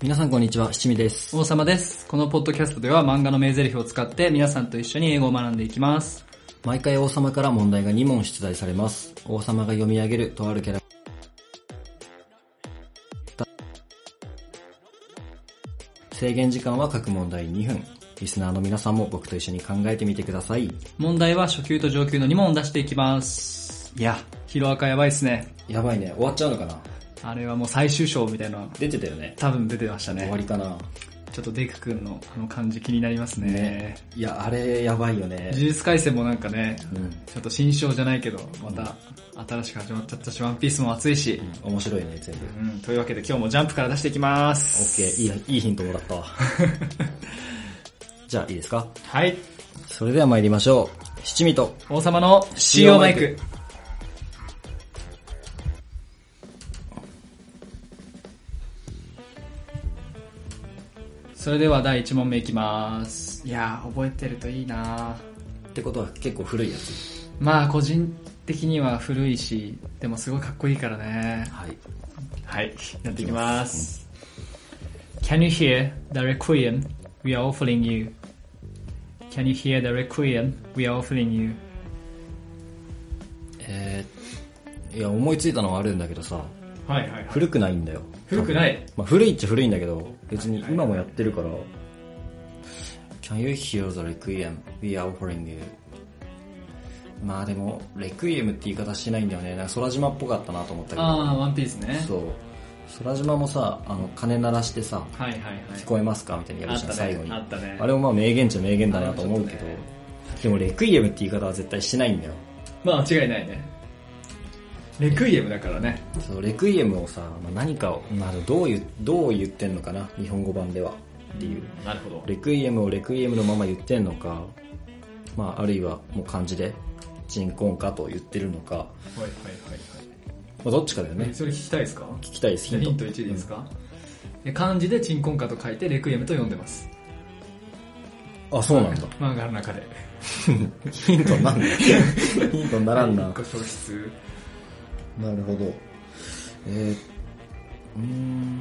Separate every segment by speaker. Speaker 1: 皆さんこんにちは、七味です。
Speaker 2: 王様です。このポッドキャストでは漫画の名台詞を使って皆さんと一緒に英語を学んでいきます。
Speaker 1: 毎回王様から問題が2問出題されます。王様が読み上げるとあるキャラ制限時間は各問題2分。リスナーの皆さんも僕と一緒に考えてみてください。
Speaker 2: 問題は初級と上級の2問を出していきます。
Speaker 1: いや、
Speaker 2: ヒロアカやばいっすね。
Speaker 1: やばいね。終わっちゃうのかな
Speaker 2: あれはもう最終章みたいな、
Speaker 1: 出てたよね。
Speaker 2: 多分出てました
Speaker 1: 終わ
Speaker 2: ね。
Speaker 1: りかな
Speaker 2: ちょっとデク君のあの感じ気になりますね。
Speaker 1: いや、あれやばいよね
Speaker 2: 呪。術廻戦もなんかね、
Speaker 1: うん。
Speaker 2: ちょっと新章じゃないけど、また新しく始まっちゃったし、ワンピースも熱いし。
Speaker 1: 面白いね、全部。
Speaker 2: うん、というわけで今日もジャンプから出していきま
Speaker 1: オ
Speaker 2: す。
Speaker 1: ッケー、いい、いいヒントもらったわ。 じゃあ、いいですか
Speaker 2: はい。
Speaker 1: それでは参りましょう。七味と
Speaker 2: 王様の CO マイク。それでは第1問目いきます。いやー、覚えてるといいな
Speaker 1: ってことは結構古いやつ。
Speaker 2: まあ、個人的には古いし、でもすごいかっこいいからね。
Speaker 1: はい。
Speaker 2: はい、やっていきます。Can you hear the requiem we are offering you?Can you hear the requiem we are offering you?
Speaker 1: えー、いや、思いついたのはあるんだけどさ、
Speaker 2: はいはいはい。
Speaker 1: 古くないんだよ。
Speaker 2: 古くない
Speaker 1: まあ、古いっちゃ古いんだけど、別に今もやってるから。Can you hear the requiem we are offering you? まあでも、レクイエムって言い方してないんだよね。なんか空島っぽかったなと思ったけど。
Speaker 2: ああ、ワンピースね。
Speaker 1: そう。空島もさ、あの、鐘鳴らしてさ、
Speaker 2: はいはいはい。
Speaker 1: 聞こえますかみたいなやるじゃん、
Speaker 2: あったね
Speaker 1: 最後に。
Speaker 2: あったね
Speaker 1: あれもまあ名言っちゃ名言だなと思うけど、
Speaker 2: あれもちょ
Speaker 1: でもレクイエムって言い方は絶対してないんだよ。
Speaker 2: まあ間違いないね。レクイエムだからね。
Speaker 1: そうレクイエムをさ、まあ、何かを、まあ、どういうどう言ってんのかな日本語版ではっていう
Speaker 2: なるほど。
Speaker 1: レクイエムをレクイエムのまま言ってんのか、まあ、あるいはもう漢字で人婚化と言ってるのか、ま
Speaker 2: はいはい
Speaker 1: あ、どっちかだよ
Speaker 2: はい。
Speaker 1: ね
Speaker 2: それ聞きたいですか
Speaker 1: 聞きたいです
Speaker 2: ヒ
Speaker 1: ヒ
Speaker 2: ン
Speaker 1: ン
Speaker 2: ト
Speaker 1: ト
Speaker 2: 1でいいですか、え漢字で鎮魂歌と書いてレクイエムと呼んでます。
Speaker 1: あそうなんだ
Speaker 2: 漫画の中で。
Speaker 1: ヒントになんだヒントにならんな
Speaker 2: 一個消失。
Speaker 1: なるほどえー、うーん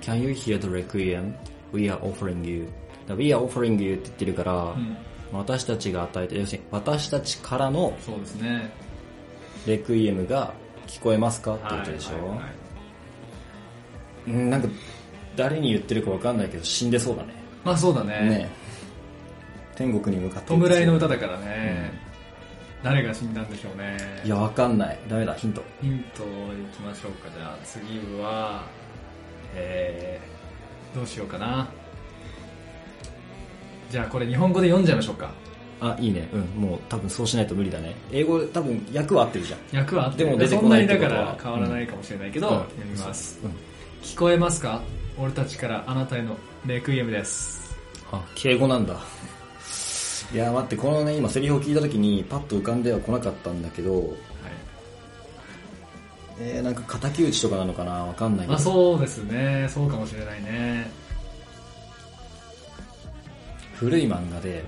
Speaker 1: Can you hear the requiem we are offering you? だ We are offering you って言ってるから、
Speaker 2: うん。
Speaker 1: 私たちが与えて要するに私たちからの
Speaker 2: そうですね。
Speaker 1: レクイエムが聞こえますかってことでしょ、
Speaker 2: はいはいはい
Speaker 1: うんなんか誰に言ってるかわかんないけど死んでそうだね
Speaker 2: まあそうだね。
Speaker 1: ねえ天国に向かって
Speaker 2: 弔いの歌だからね。誰が死んだんでしょうね。
Speaker 1: いやわかんないダメだヒント
Speaker 2: ヒントいきましょうかじゃあ次はえー、どうしようかなじゃあこれ日本語で読んじゃいましょうか
Speaker 1: あいいねうんもう多分そうしないと無理だね英語多分訳は合ってるじゃん
Speaker 2: 役はあって
Speaker 1: で
Speaker 2: も
Speaker 1: も出て
Speaker 2: そ
Speaker 1: こ
Speaker 2: んな
Speaker 1: ない
Speaker 2: に
Speaker 1: って
Speaker 2: だか
Speaker 1: ことは
Speaker 2: ら変わらないかもしれないけど、
Speaker 1: うん
Speaker 2: 読みます、
Speaker 1: うん
Speaker 2: 聞こえますか俺たちからあなたへのレクイエムです
Speaker 1: あ敬語なんだいや待ってこのね今セリフを聞いた時にパッと浮かんでは来なかったんだけど
Speaker 2: はい
Speaker 1: えー、なんか敵討ちとかなのかなわかんないけ
Speaker 2: まあ
Speaker 1: ど
Speaker 2: そうですねそうかもしれないね
Speaker 1: 古い漫画で、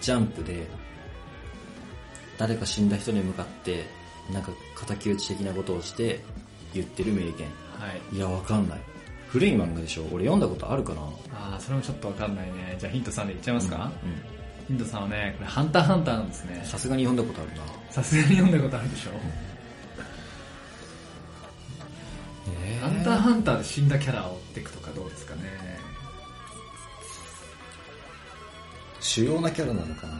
Speaker 1: ジャンプで、誰か死んだ人に向かって、なんか敵討ち的なことをして、言ってる名言。
Speaker 2: はい
Speaker 1: いや、わかんない。古い漫画でしょ俺読んだことあるかな
Speaker 2: ああそれもちょっとわかんないねじゃあヒント3でいっちゃいますか、
Speaker 1: うん。
Speaker 2: ヒント3はねこれ「ハンターハンター」なんですね
Speaker 1: さすがに読んだことあるな。
Speaker 2: さすがに読んだことあるでしょ、
Speaker 1: え
Speaker 2: ハンターハンターで死んだキャラを追っていくとかどうですかね。
Speaker 1: 主要なキャラなのかな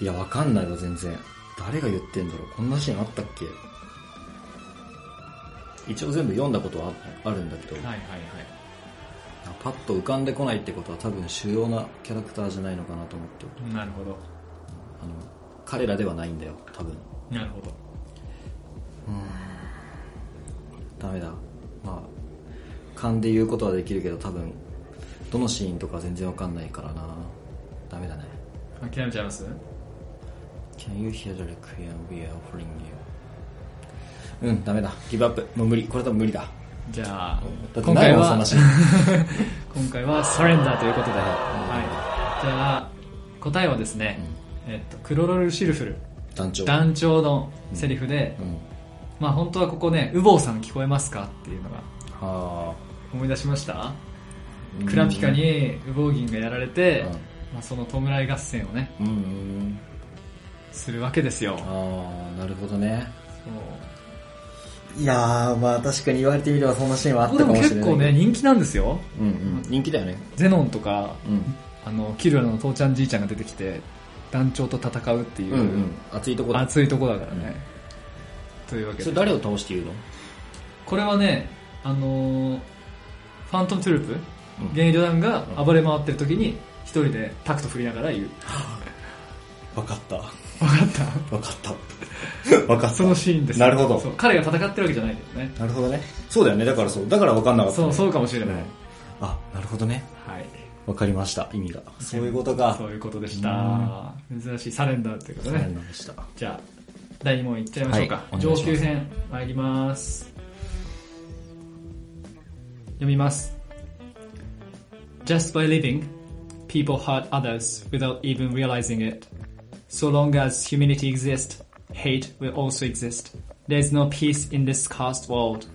Speaker 1: いや、わかんないわ、全然。誰が言ってんだろうこんなシーンあったっけ一応全部読んだことはあるんだけど。
Speaker 2: はいはいはい。
Speaker 1: パッと浮かんでこないってことは多分主要なキャラクターじゃないのかなと思って
Speaker 2: なるほど。
Speaker 1: あの彼らではないんだよ多分
Speaker 2: なるほど。
Speaker 1: ダメだまあ勘で言うことはできるけど多分どのシーンとか全然わかんないからなダメだね
Speaker 2: 諦めちゃいます
Speaker 1: Can you hear the requiem we are offering you? うんダメだギブアップもう無理これ多分無理だ
Speaker 2: じゃあ
Speaker 1: だ、って
Speaker 2: 今回
Speaker 1: 何を
Speaker 2: は
Speaker 1: そんな、し
Speaker 2: 今回はサレンダーということで、はい。じゃあ、答えはですね、えっと、クロロルシルフル、
Speaker 1: 団長
Speaker 2: 団長のセリフで、
Speaker 1: うん
Speaker 2: まあ本当はここね、ウボウさん聞こえますかっていうのが
Speaker 1: は
Speaker 2: 思い出しました
Speaker 1: あ。
Speaker 2: クラピカにウボウギンがやられて、
Speaker 1: うん
Speaker 2: まあ、その弔い合戦をね、
Speaker 1: うんうん。
Speaker 2: するわけですよ。そう
Speaker 1: ああ、なるほどね。いやー、まあ確かに言われてみればそんなシーンはあ
Speaker 2: こ
Speaker 1: っ
Speaker 2: こ
Speaker 1: た
Speaker 2: で
Speaker 1: か
Speaker 2: も
Speaker 1: もしれない。
Speaker 2: 結構ね、。人気なんですよ。
Speaker 1: うんうん。人気だよね。
Speaker 2: ゼノンとか、
Speaker 1: うん。
Speaker 2: あの、キルラの父ちゃんじいちゃんが出てきて、団長と戦うっていう、
Speaker 1: うんうん。熱いとこだ。
Speaker 2: 熱いとこだからね。というわけ
Speaker 1: それ
Speaker 2: で。
Speaker 1: 誰を倒して言うの
Speaker 2: これはね、あのーファントムトゥループ、
Speaker 1: うん
Speaker 2: 現役旅団が暴れ回ってる時に、一人でタクト振りながら言う。
Speaker 1: わかった。わ
Speaker 2: わかった
Speaker 1: か った。わかっ
Speaker 2: そのシーンです。
Speaker 1: なるほど
Speaker 2: そう彼が戦ってるわけじゃないんだよね。
Speaker 1: なるほどね。そうだよね。だからそう。だからわかんなかった、
Speaker 2: そう、
Speaker 1: う。
Speaker 2: そうかもしれない。
Speaker 1: あ、なるほどね。
Speaker 2: はい。
Speaker 1: わかりました。意味が。そういうことか。
Speaker 2: そういうことでし
Speaker 1: う
Speaker 2: た。珍しいサレンダーってことね。
Speaker 1: でした。
Speaker 2: じゃあ、第2問いっちゃいましょうか。
Speaker 1: はいお願
Speaker 2: 上
Speaker 1: いします
Speaker 2: 級編、参ります。読みます。Just by living, people hurt others without even realizing it. So long as humanity exists, hate will also exist. There is no peace in this cursed world.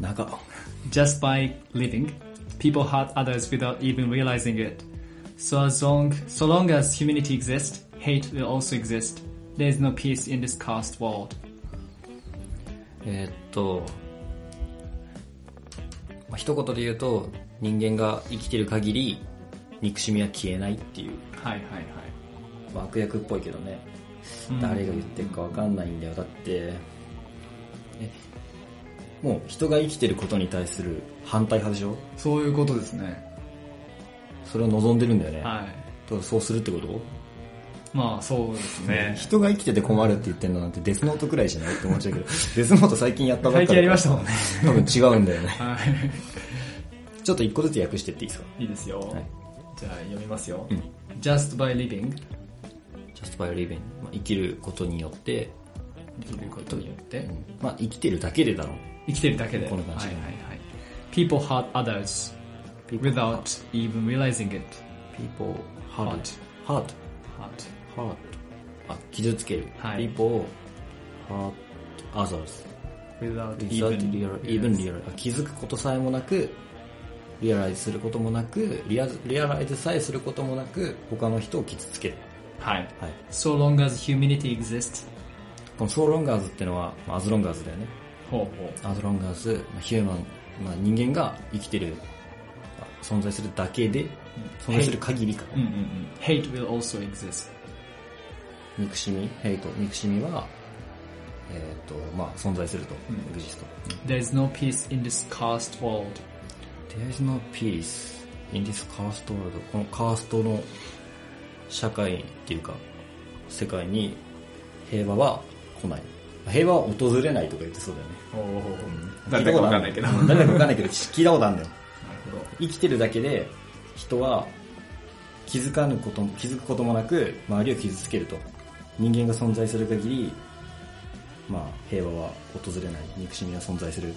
Speaker 1: 長。
Speaker 2: Just by living, people hurt others without even realizing it. So as long, so long as humanity exists, hate will also exist. There is no peace in this cursed world.
Speaker 1: えーっと、まあ、一言で言うと、人間が生きてる限り、憎しみは消えないっていう、
Speaker 2: はいはいはい。
Speaker 1: まあ、悪役っぽいけどね、
Speaker 2: うん
Speaker 1: 誰が言ってるかわかんないんだよ。だって、え、もう人が生きてることに対する反対派でしょ
Speaker 2: そういうことですね。
Speaker 1: それを望んでるんだよね。
Speaker 2: はい。
Speaker 1: とそうするってこと
Speaker 2: まあそうですね。
Speaker 1: 人が生きてて困るって言ってんのなんてデスノートくらいじゃないって思っちゃうけど、 デスノート最近やったばっか
Speaker 2: 最
Speaker 1: り
Speaker 2: 近やりましたもんね。
Speaker 1: 多分違うんだよね。
Speaker 2: はい。
Speaker 1: ちょっと一個ずつ訳してっていいですか
Speaker 2: いいですよ。
Speaker 1: はい
Speaker 2: じゃあ読みますよ。Just by living,
Speaker 1: just by living、まあ、生きることによって、
Speaker 2: 生きることによって、
Speaker 1: まあ、生きてるだけでだろう。
Speaker 2: 生きてるだけで。
Speaker 1: この感じ
Speaker 2: はいはいはい。People hurt others without even realizing it.
Speaker 1: people, heart, heart,
Speaker 2: Hurt.
Speaker 1: heart. あ、傷つける。
Speaker 2: はい
Speaker 1: people, heart, others.
Speaker 2: without
Speaker 1: without
Speaker 2: even,
Speaker 1: real, even real. あ気づくことさえもなく、リアライズすることもなく、リアリアライズさえすることもなく、他の人を傷つける。
Speaker 2: はい。
Speaker 1: はい。
Speaker 2: So long as humanity exists.
Speaker 1: このソーロンガーズってのは、まあアズロンガーズだよね。
Speaker 2: ほうほ
Speaker 1: アズロンガーズ、まあヒューマン、まあ、人間が生きてる、あ存在するだけで、存在する限りか。
Speaker 2: う。うんうんうん。Hate will also exist.
Speaker 1: 憎しみ、ヘイト、憎しみは、えっ、と、まあ存在すると、エグジスト。
Speaker 2: There is no peace in this cursed world.
Speaker 1: There is no peace in this cursed world. このカーストの社会っていうか、世界に平和は来ない。平和は訪れないとか言ってそうだよね。
Speaker 2: ほうほうほう。なる
Speaker 1: 誰だかわかんないけど、聞いたことあるんだよ。
Speaker 2: ほど。
Speaker 1: 生きてるだけで人は気づかぬことも気づくこともなく周りを傷つけると人間が存在する限りまあ平和は訪れない憎しみは存在する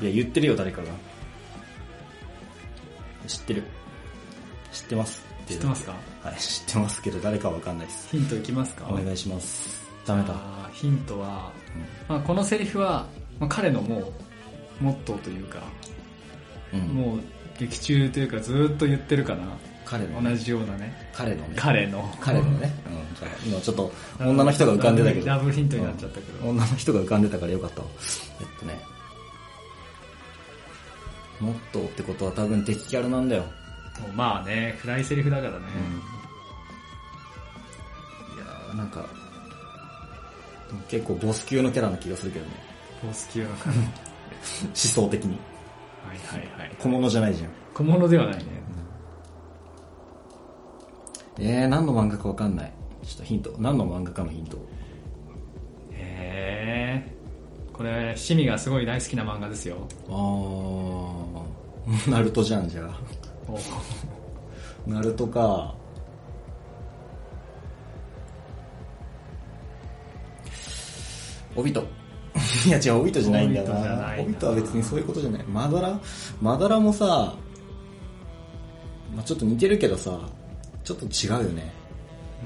Speaker 1: いや言ってるよ誰かが知ってる知ってます
Speaker 2: 知ってますか
Speaker 1: はい知ってますけど誰かはわかんないです
Speaker 2: ヒントいきますか
Speaker 1: お願いしますダメだ
Speaker 2: あーヒントは、まあ、このセリフは、まあ、彼のもう、モットーというか、
Speaker 1: うん
Speaker 2: もう劇中というかずーっと言ってるかな。
Speaker 1: 彼のね
Speaker 2: 同じようなね。
Speaker 1: 彼のね
Speaker 2: 彼の。
Speaker 1: 彼のね、うん、じゃあ今ちょっと女の人が浮かんでたけど
Speaker 2: ダブルヒントになっちゃったけど。
Speaker 1: 女の人が浮かんでたからよかったわ。えっとね。モットーってことは多分敵キャラなんだよ。
Speaker 2: もうまあね、暗いセリフだからね。
Speaker 1: いやーなんか、でも結構ボス級のキャラな気がするけどね。
Speaker 2: ボス級だから。
Speaker 1: 思想的に。
Speaker 2: はいはいはい。
Speaker 1: 小物じゃないじゃん。
Speaker 2: 小物ではないね。
Speaker 1: えー、何の漫画かわかんない。ちょっとヒント。何の漫画かのヒント。
Speaker 2: へえ。これ、シミがすごい大好きな漫画ですよ。
Speaker 1: あー、ナルトじゃん、じゃあ。
Speaker 2: お
Speaker 1: ナルトか。オビト。 いや違う、オビトじゃないんだよ
Speaker 2: オビトじゃな
Speaker 1: な。
Speaker 2: いな
Speaker 1: オビトは別にそういうことじゃない。マダラマダラもさ、まあちょっと似てるけどさ、ちょっと違うよね。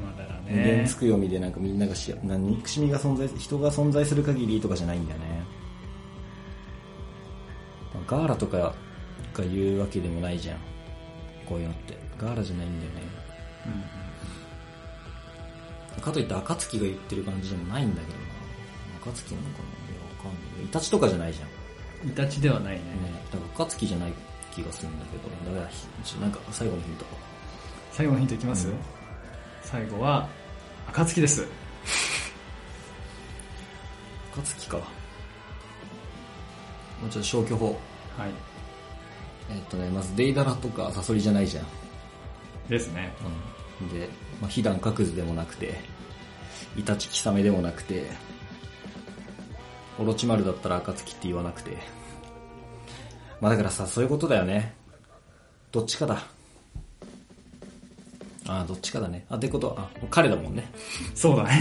Speaker 2: まだらね。
Speaker 1: 無限
Speaker 2: ね
Speaker 1: つ。くよみでなんかみんながしな憎しみが存在人が存在する限りとかじゃないんだよねガーラとかが言うわけでもないじゃんこういうのってガーラじゃないんだよね、かといって暁が言ってる感じでもないんだけどな暁なのかないやわかんないイタチとかじゃないじゃん
Speaker 2: イタチではないね。
Speaker 1: ねだから暁じゃない気がするんだけどだからひちょなんか最後のヒント
Speaker 2: 最後のヒントいきます、
Speaker 1: うん
Speaker 2: 最後は、暁です。
Speaker 1: 暁かもうちょっと消去法
Speaker 2: はい。
Speaker 1: えっとね、まずデイダラとかサソリじゃないじゃん。
Speaker 2: ですね。
Speaker 1: うん、で、まあ、被弾各図でもなくて、イタチキサメでもなくて、オロチマルだったら暁って言わなくて。まあだからさ、そういうことだよね。どっちかだ。ああ、どっちかだね。あ、ってことは、あ、彼だもんね。
Speaker 2: そうだ ね。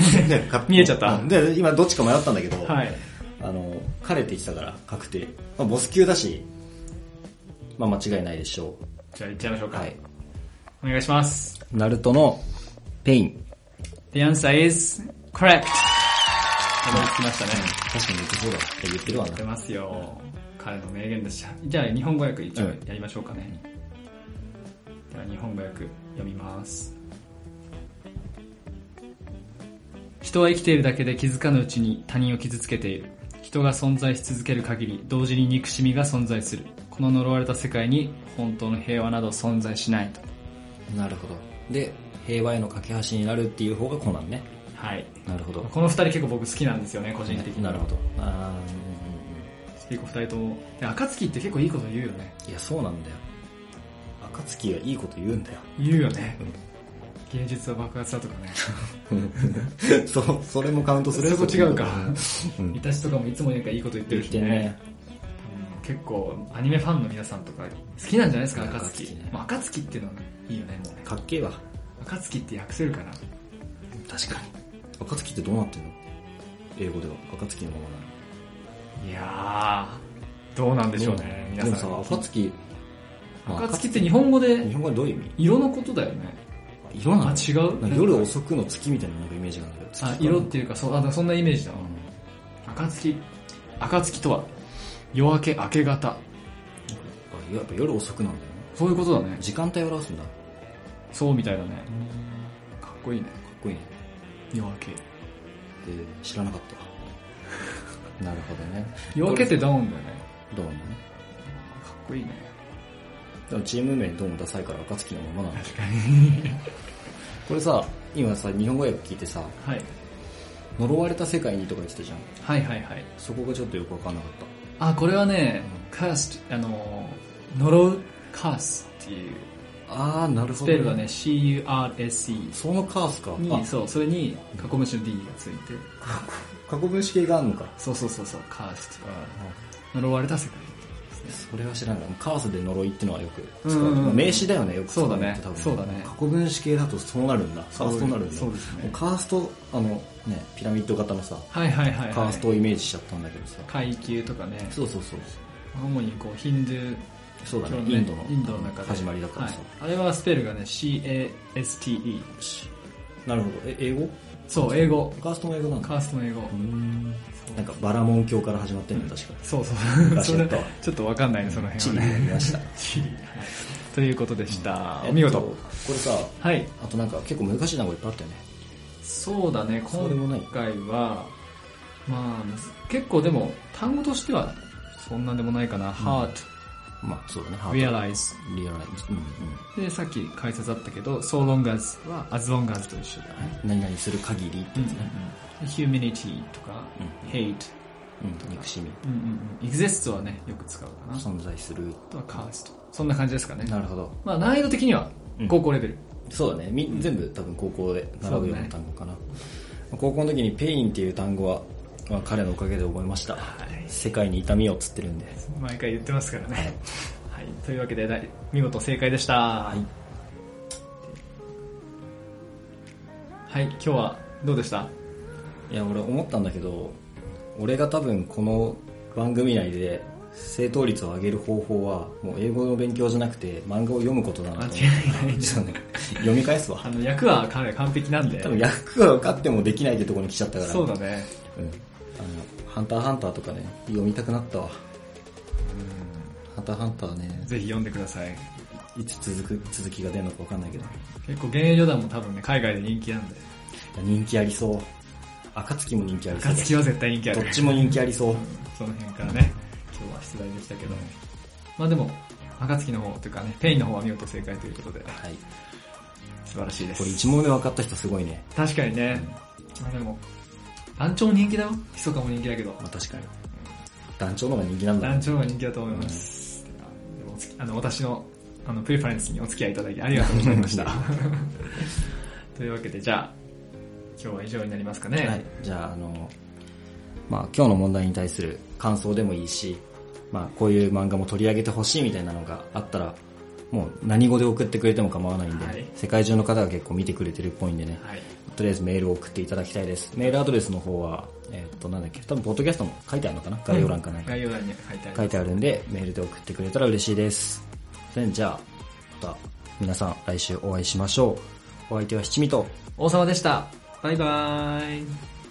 Speaker 2: 見えちゃった
Speaker 1: うん。で、今どっちか迷ったんだけど、
Speaker 2: はい。
Speaker 1: あの、彼って言ってたから、確定。まあボス級だし、まあ間違いないでしょ
Speaker 2: じゃあ行っちゃいましょう
Speaker 1: う。
Speaker 2: か。
Speaker 1: はい。
Speaker 2: お願いします。
Speaker 1: ナルトのペイン。
Speaker 2: The answer is correct! たどり着きましたね。
Speaker 1: 確かに言ってそうだ。言ってるわな
Speaker 2: 出。ますよ。彼の名言でした。じゃあ日本語訳一応やりましょうかね。では日本語訳読みます。人は生きているだけで気づかぬうちに他人を傷つけている。人が存在し続ける限り同時に憎しみが存在する。この呪われた世界に本当の平和など存在しないと。
Speaker 1: なるほど。で、平和への架け橋になるっていう方がコナンね。
Speaker 2: はい。
Speaker 1: なるほど。
Speaker 2: この二人結構僕好きなんですよね、個人的に。
Speaker 1: なるほど。あ
Speaker 2: 結構二人とも。で、暁って結構いいこと言うよね。
Speaker 1: ーいや、そうなんだよ。暁がいいこと言 うんだよ。
Speaker 2: 言うよね。芸術は爆発だとかね。
Speaker 1: そう、 それもカウントす
Speaker 2: そ
Speaker 1: る
Speaker 2: れと違うか。
Speaker 1: うん
Speaker 2: いたしとかもいつもなんかいいこと言って
Speaker 1: 言
Speaker 2: る
Speaker 1: っ
Speaker 2: してね。
Speaker 1: んね。
Speaker 2: うん結構アニメファンの皆さんとか好きなんじゃないですか、暁。
Speaker 1: 暁ね
Speaker 2: まあ暁っていうのはいいよね、もうね。
Speaker 1: かっけえわ。
Speaker 2: 暁って訳せるかな
Speaker 1: 確かに。暁ってどうなってんの英語では。暁のままなの。
Speaker 2: いやー、どうなんでしょうね、
Speaker 1: で
Speaker 2: 皆
Speaker 1: も
Speaker 2: さ
Speaker 1: さ
Speaker 2: ん。、
Speaker 1: 暁、まあ
Speaker 2: 暁って日本語で
Speaker 1: 日本語はどういう意味
Speaker 2: 色のことだよね。
Speaker 1: 色な
Speaker 2: あ、
Speaker 1: の
Speaker 2: 違
Speaker 1: なん
Speaker 2: う
Speaker 1: か夜遅くの月みたいななんかイメージがあるんだけど。
Speaker 2: あ
Speaker 1: 月、か
Speaker 2: 色っていうか、そう、あ、そんなイメージだわ。
Speaker 1: う
Speaker 2: 暁。暁とは、夜明け、明け方。
Speaker 1: んあやっぱ夜遅くなんだよね。
Speaker 2: そういうことだね。
Speaker 1: 時間帯を表すんだ。
Speaker 2: そうみたいだね。かっこいいね。
Speaker 1: かっこいいね。
Speaker 2: 夜明け。
Speaker 1: えー知らなかった わ。なるほどね。
Speaker 2: 夜明けってダウンだよね。
Speaker 1: ドームね。
Speaker 2: かっこいいね。
Speaker 1: でもチーム名ドームダサいから暁のままなの。確かに。これさ、今さ、日本語訳聞いてさ、
Speaker 2: はい。
Speaker 1: 呪われた世界にとか言ってたじゃん。
Speaker 2: はいはいはい。
Speaker 1: そこがちょっとよくわかんなかっ
Speaker 2: あ、これはね、cursed、あのー、呪う、curse っていう、
Speaker 1: た。あー、なる
Speaker 2: ス
Speaker 1: ほど。
Speaker 2: ペルがね、。c-u-r-s-e
Speaker 1: そのカースか。
Speaker 2: に、そう、それに、囲むしの d がついて、
Speaker 1: あ、過去分詞系があるのか。
Speaker 2: そうそうそう、そう cursed、呪われた世界ですね。
Speaker 1: それは知らない。カースで呪いってのはよく使う。
Speaker 2: うんうんうん
Speaker 1: 名詞だよね、よく使の
Speaker 2: そ
Speaker 1: って
Speaker 2: うだねそうだね
Speaker 1: 過去分詞系だとそうなるんだ。カーストになるんだ。
Speaker 2: そうですね。
Speaker 1: カースト、あの、ね、ピラミッド型のさ、
Speaker 2: はいはいはい、はい。
Speaker 1: カーストをイメージしちゃったんだけどさ。
Speaker 2: 階級とかね、
Speaker 1: そうそうそう。
Speaker 2: 主にこう、ヒンドゥー、
Speaker 1: そうだね、
Speaker 2: 今日
Speaker 1: インドの
Speaker 2: インドの中で。
Speaker 1: 始まりだから
Speaker 2: はい
Speaker 1: さ。。
Speaker 2: あれはスペルがね、c-a-s-t-e。
Speaker 1: しなるほど。え、英語
Speaker 2: そう、英語。
Speaker 1: カーストも英語なんだ。
Speaker 2: カーストの英語。
Speaker 1: うーんなんかバラモン教から始まってるんだ、確か。
Speaker 2: そうそう
Speaker 1: う。ん
Speaker 2: それ
Speaker 1: 昔やったわ
Speaker 2: ちょっとわかんないね、その
Speaker 1: チ
Speaker 2: 辺
Speaker 1: リ
Speaker 2: は
Speaker 1: になり
Speaker 2: ね。
Speaker 1: ま した。
Speaker 2: チリ。ということでした。
Speaker 1: えっと
Speaker 2: お見
Speaker 1: こ
Speaker 2: 事。
Speaker 1: れさ、
Speaker 2: はい。
Speaker 1: あとなんか結構難しい単語いっぱいあったよね。
Speaker 2: そうだね、
Speaker 1: そうでもない
Speaker 2: 今回は、まあ、むず結構でも、単語としては、そんなんでもないかな。heart,
Speaker 1: まあそうだね、ハー
Speaker 2: realize.
Speaker 1: ト。リアライズ。うんうん。
Speaker 2: で、さっき解説あったけど、so long as は as long as と一緒だね。
Speaker 1: 何々する限りってやつね。
Speaker 2: humanity とか、
Speaker 1: う
Speaker 2: hate,
Speaker 1: うん、憎しみ。
Speaker 2: うんうんうん exist はね、よく使うかな。
Speaker 1: 存在する。
Speaker 2: あとは cast。そんな感じですかね。
Speaker 1: なるほど。
Speaker 2: まあ、難易度的には、
Speaker 1: うん
Speaker 2: 高校レベル。
Speaker 1: そうだね。み全部多分高校で習うような単語かな。高校の時にペインっていう単語は、まあ、彼のおかげで覚えました。
Speaker 2: はい
Speaker 1: 世界に痛みをつってるんで。
Speaker 2: 毎回言ってますからね。はい。というわけで、だい見事正解でした。はい。今日はどうでした
Speaker 1: いや、俺思ったんだけど、俺が多分この番組内で正答率を上げる方法は、もう英語の勉強じゃなくて漫画を読むことだなと思って。
Speaker 2: 間違いない
Speaker 1: そうね読み返すわ
Speaker 2: あ。の、役は彼完璧なんで
Speaker 1: 多。分役が分かってもできないってところに来ちゃったから。
Speaker 2: そうだね。
Speaker 1: うん。あの、ハンターハンターとかね、読みたくなったわ。ハンターハンターね、
Speaker 2: ぜひ読んでください。
Speaker 1: いつ続く、続きが出るのか分かんないけど。
Speaker 2: 結構、現役旅団も多分ね、海外で人気なんで。
Speaker 1: 人気ありそう。暁も人気ありそう。
Speaker 2: 暁は絶対人気あ
Speaker 1: ど
Speaker 2: る
Speaker 1: っ。ちも人気ありそう。
Speaker 2: その辺からね、今日は出題でしたけど。まあでも、暁の方というかね、ペインの方は見事正解ということで、
Speaker 1: はい。
Speaker 2: 素晴らしいで
Speaker 1: これ
Speaker 2: す。
Speaker 1: 一問目分かった人すごいね。
Speaker 2: 確かにね、まあでも、団長も人気だよ。密かも人気だけど
Speaker 1: ま、あ確かに。団長の方が人気なんだ。
Speaker 2: 団長が人気だと思います。あでもお付きあの、私の、あの、プリファレンスにお付き合いいただきありがとうございま した。というわけで、じゃあ、今日は以上になりますかね。
Speaker 1: はい、じゃあ、あの、まあ、今日の問題に対する感想でもいいし、まあ、こういう漫画も取り上げてほしいみたいなのがあったら、もう何語で送ってくれても構わないんで、
Speaker 2: はい
Speaker 1: 世界中の方が結構見てくれてるっぽいんでね、
Speaker 2: はい。
Speaker 1: とりあえずメールを送っていただきたいです。メールアドレスの方は、えーっと、なんだっけ、多分ポッドキャストも書いてあるのかな概要欄かなんかに
Speaker 2: 概要欄に書いてあり
Speaker 1: 書
Speaker 2: ま
Speaker 1: いてあるんで、メールで送ってくれたら嬉しいです。でじゃあ、また皆さん来週お会いしましょう。お相手は七味と、
Speaker 2: す。王様でした。バイバーイ。